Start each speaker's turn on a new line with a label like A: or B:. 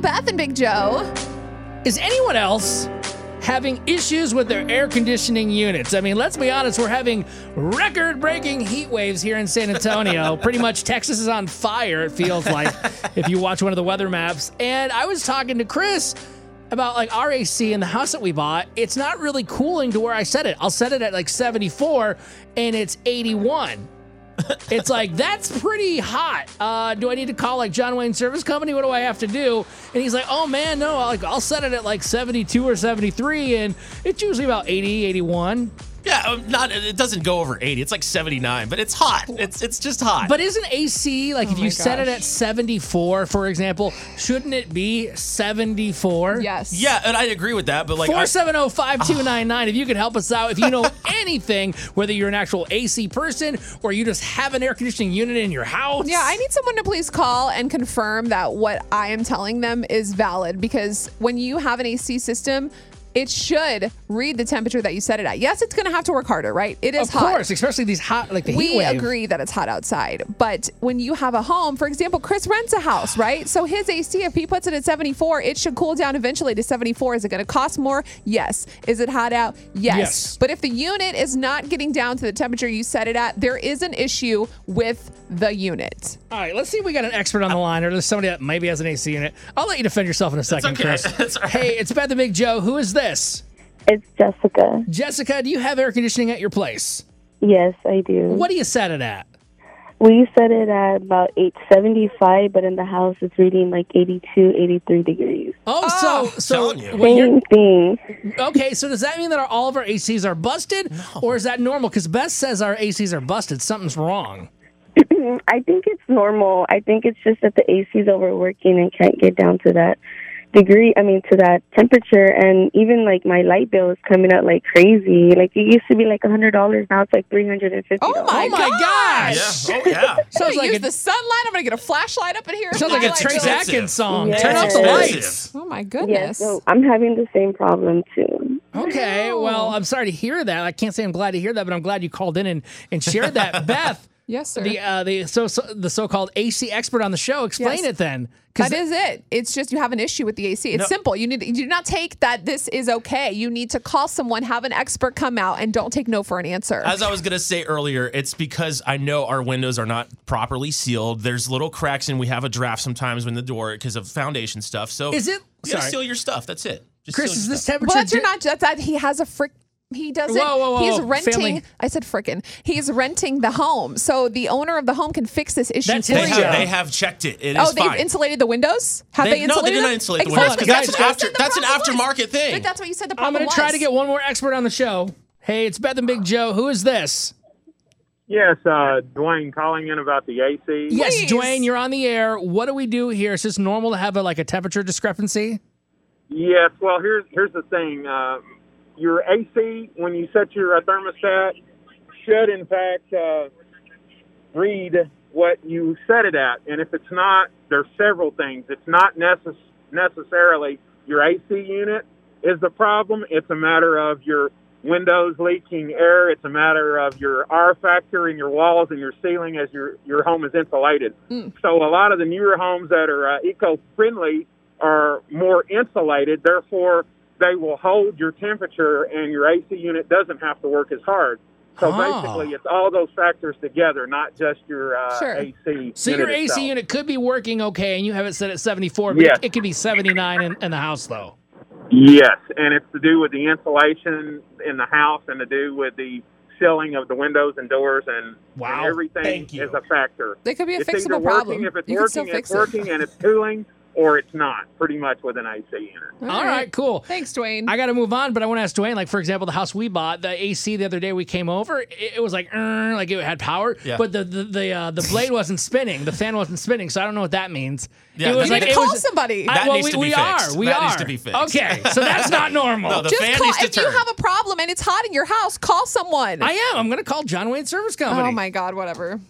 A: Beth and Big Joe.
B: Is anyone else having issues with their air conditioning units? I mean, let's be honest, we're having record breaking heat waves here in San Antonio. Pretty much Texas is on fire, it feels like, if you watch one of the weather maps. And I was talking to Chris about like RAC in the house that we bought, it's not really cooling to where I set it. I'll set it at like 74 and it's 81. it's like that's pretty hot. Uh, do I need to call like John Wayne Service Company? What do I have to do? And he's like, "Oh man, no. I'll, like I'll set it at like 72 or 73 and it's usually about 80, 81."
C: Yeah, um, not it doesn't go over 80. It's like 79, but it's hot. It's it's just hot.
B: But isn't AC like
A: Oh
B: if you
A: my
B: set it
A: gosh.
B: at 74, for example, shouldn't it be 74?
A: Yes.
C: yeah, and I agree with that, but like I-
B: Four seven zero five two nine nine. If you could help us out, if you know anything, whether you're an actual AC person or you just have an air conditioning unit in your house.
A: Yeah, I need someone to please call and confirm that what I am telling them is valid because when you have an AC system, it should read the temperature that you set it at. Yes, it's going to have to work harder, right? It is
B: Of
A: hot.
B: course, especially these hot like the heat
A: we
B: wave.
A: agree that it's hot outside, but when you have a home, for example, Chris rents a house, right? So his AC, if he puts it at 74, it should cool down eventually to 74. Is it going to cost more? Yes. Is it hot out? Yes.
B: Yes.
A: But if the unit is not getting down to the temperature you set it at, there is an issue with the unit.
B: All right, let's see if we got an expert on the line or there's somebody that maybe has an AC in it. I'll let you defend yourself in a second,
C: okay.
B: Chris.
C: That's all right.
B: Hey, it's Beth the Big Joe. Who is this?
D: It's Jessica.
B: Jessica, do you have air conditioning at your place?
D: Yes, I do.
B: What do you set it at?
D: We set it at about 875, but in the house it's reading like 82, 83 degrees.
B: Oh, so so
C: telling you.
A: Oh,
B: when you're-
D: Same thing.
B: Okay, so does that mean that our, all of our ACs are busted, or is that normal? Because Beth says our ACs are busted. Something's wrong.
D: Mm-hmm. I think it's normal. I think it's just that the AC is overworking and can't get down to that degree, I mean, to that temperature. And even like my light bill is coming out like crazy. Like it used to be like a $100, now it's like $350.
A: Oh my,
B: Oh my gosh!
C: yeah. Oh yeah.
A: I'm
B: Sounds
A: gonna
B: like
A: use
B: a,
A: the sunlight. I'm gonna get a flashlight up in here.
B: sounds like a
A: Highlight
B: Trace
A: those.
C: Expensive.
B: Atkins song.
D: Yeah.
B: Turn off the lights.
C: Expensive.
A: Oh my
D: Yes,
A: goodness.
D: so I'm having the same problem too.
B: Okay, well, I'm sorry to hear that. I can't say I'm glad to hear that, but I'm glad you called in and, and shared that. Beth,
A: Yes, sir.
B: the uh, the so, so the so-called AC expert on the show, explain
A: Yes.
B: it then. 'Cause
A: that is it. It's just you have an issue with the AC. It's
C: No.
A: simple. You need you do not take that this is okay. You need to call someone, have an expert come out, and don't take no for an answer.
C: As I was gonna say earlier, it's because I know our windows are not properly sealed. There's little cracks, and we have a draft sometimes when the door because of foundation stuff. So
B: Is it-
C: You gotta
B: sorry.
C: seal your stuff. That's it. Just
B: Chris,
C: seal
B: is
C: your
B: this
C: stuff.
B: temperature?
A: well, that's your
B: di-
A: not that's that he has a frick. He doesn't.
B: Whoa, whoa, whoa,
A: he's
B: whoa.
A: renting.
B: Family.
A: I said frickin'. He's renting the home, so the owner of the home can fix this issue
B: That's
A: for
B: his
C: They
A: you.
B: job.
C: have, they have checked it. It is
A: Oh, they've
C: fine.
A: insulated the windows. Have they,
C: They- no, they
A: insulated?
C: did not
A: them?
C: insulate the
A: Exactly.
C: windows, 'cause
B: that's an
A: what I
C: after-
A: said the
C: that's an
A: problem
C: aftermarket
A: was.
C: thing.
A: But that's what you said. The
B: I'm
A: problem
B: going to try
A: was.
B: to get one more expert on the show. Hey, it's Beth and Big Joe. Who is this?
E: Yes, uh, Dwayne calling in about the AC.
B: Yes,
A: Please.
B: Dwayne, you're on the air. What do we do here? Is this normal to have a, like a temperature discrepancy?
E: Yes. Well, here's here's the thing. Um, your AC, when you set your uh, thermostat, should in fact uh, read what you set it at. And if it's not, there's several things. It's not necess- necessarily your AC unit is the problem. It's a matter of your windows leaking air. It's a matter of your R factor in your walls and your ceiling as your your home is insulated. So a lot of the newer homes that are uh, eco-friendly are more insulated, therefore they will hold your temperature and your AC unit doesn't have to work as hard. So
B: Ah.
E: basically it's all those factors together, not just your uh,
A: Sure.
E: AC.
B: So
E: unit
B: your AC
E: itself.
B: unit could be working okay, and you have it set at 74, but
E: Yes.
B: it, it could be 79 in, in the house, though.
E: Yes, and it's to do with the insulation in the house and to do with the sealing of the windows and doors and,
B: Wow.
E: and everything
C: Thank you.
E: is a factor.
A: It could be a
E: it's
A: fixable
E: either working,
A: problem.
E: if it's
A: you can still
E: working,
A: fix
E: it's
A: it.
E: working and it's cooling, or it's not, pretty much with an AC unit.
B: All right, cool.
A: Thanks, Dwayne.
B: I got to move on, but I want to ask Dwayne. Like for example, the house we bought, the AC the other day we came over, it, it was like, "Er," like it had power,
C: Yeah.
B: but the the the, uh, the blade wasn't spinning, the fan wasn't spinning, so I don't know what that means.
C: Yeah,
B: it was
C: You
B: like
C: need
A: to
B: it
A: call
B: was-
A: somebody.
B: I-
C: That
B: well,
C: needs
B: we,
C: to be
B: we
C: fixed.
B: are, we
C: That
B: are.
C: needs to be fixed.
B: Okay, so that's not normal.
C: No, the
A: Just
C: fan
A: call
C: needs to
A: if you
C: turn.
A: have a problem and it's hot in your house. Call someone.
B: I am. I'm going to call John Wayne Service Company.
A: oh my God, whatever.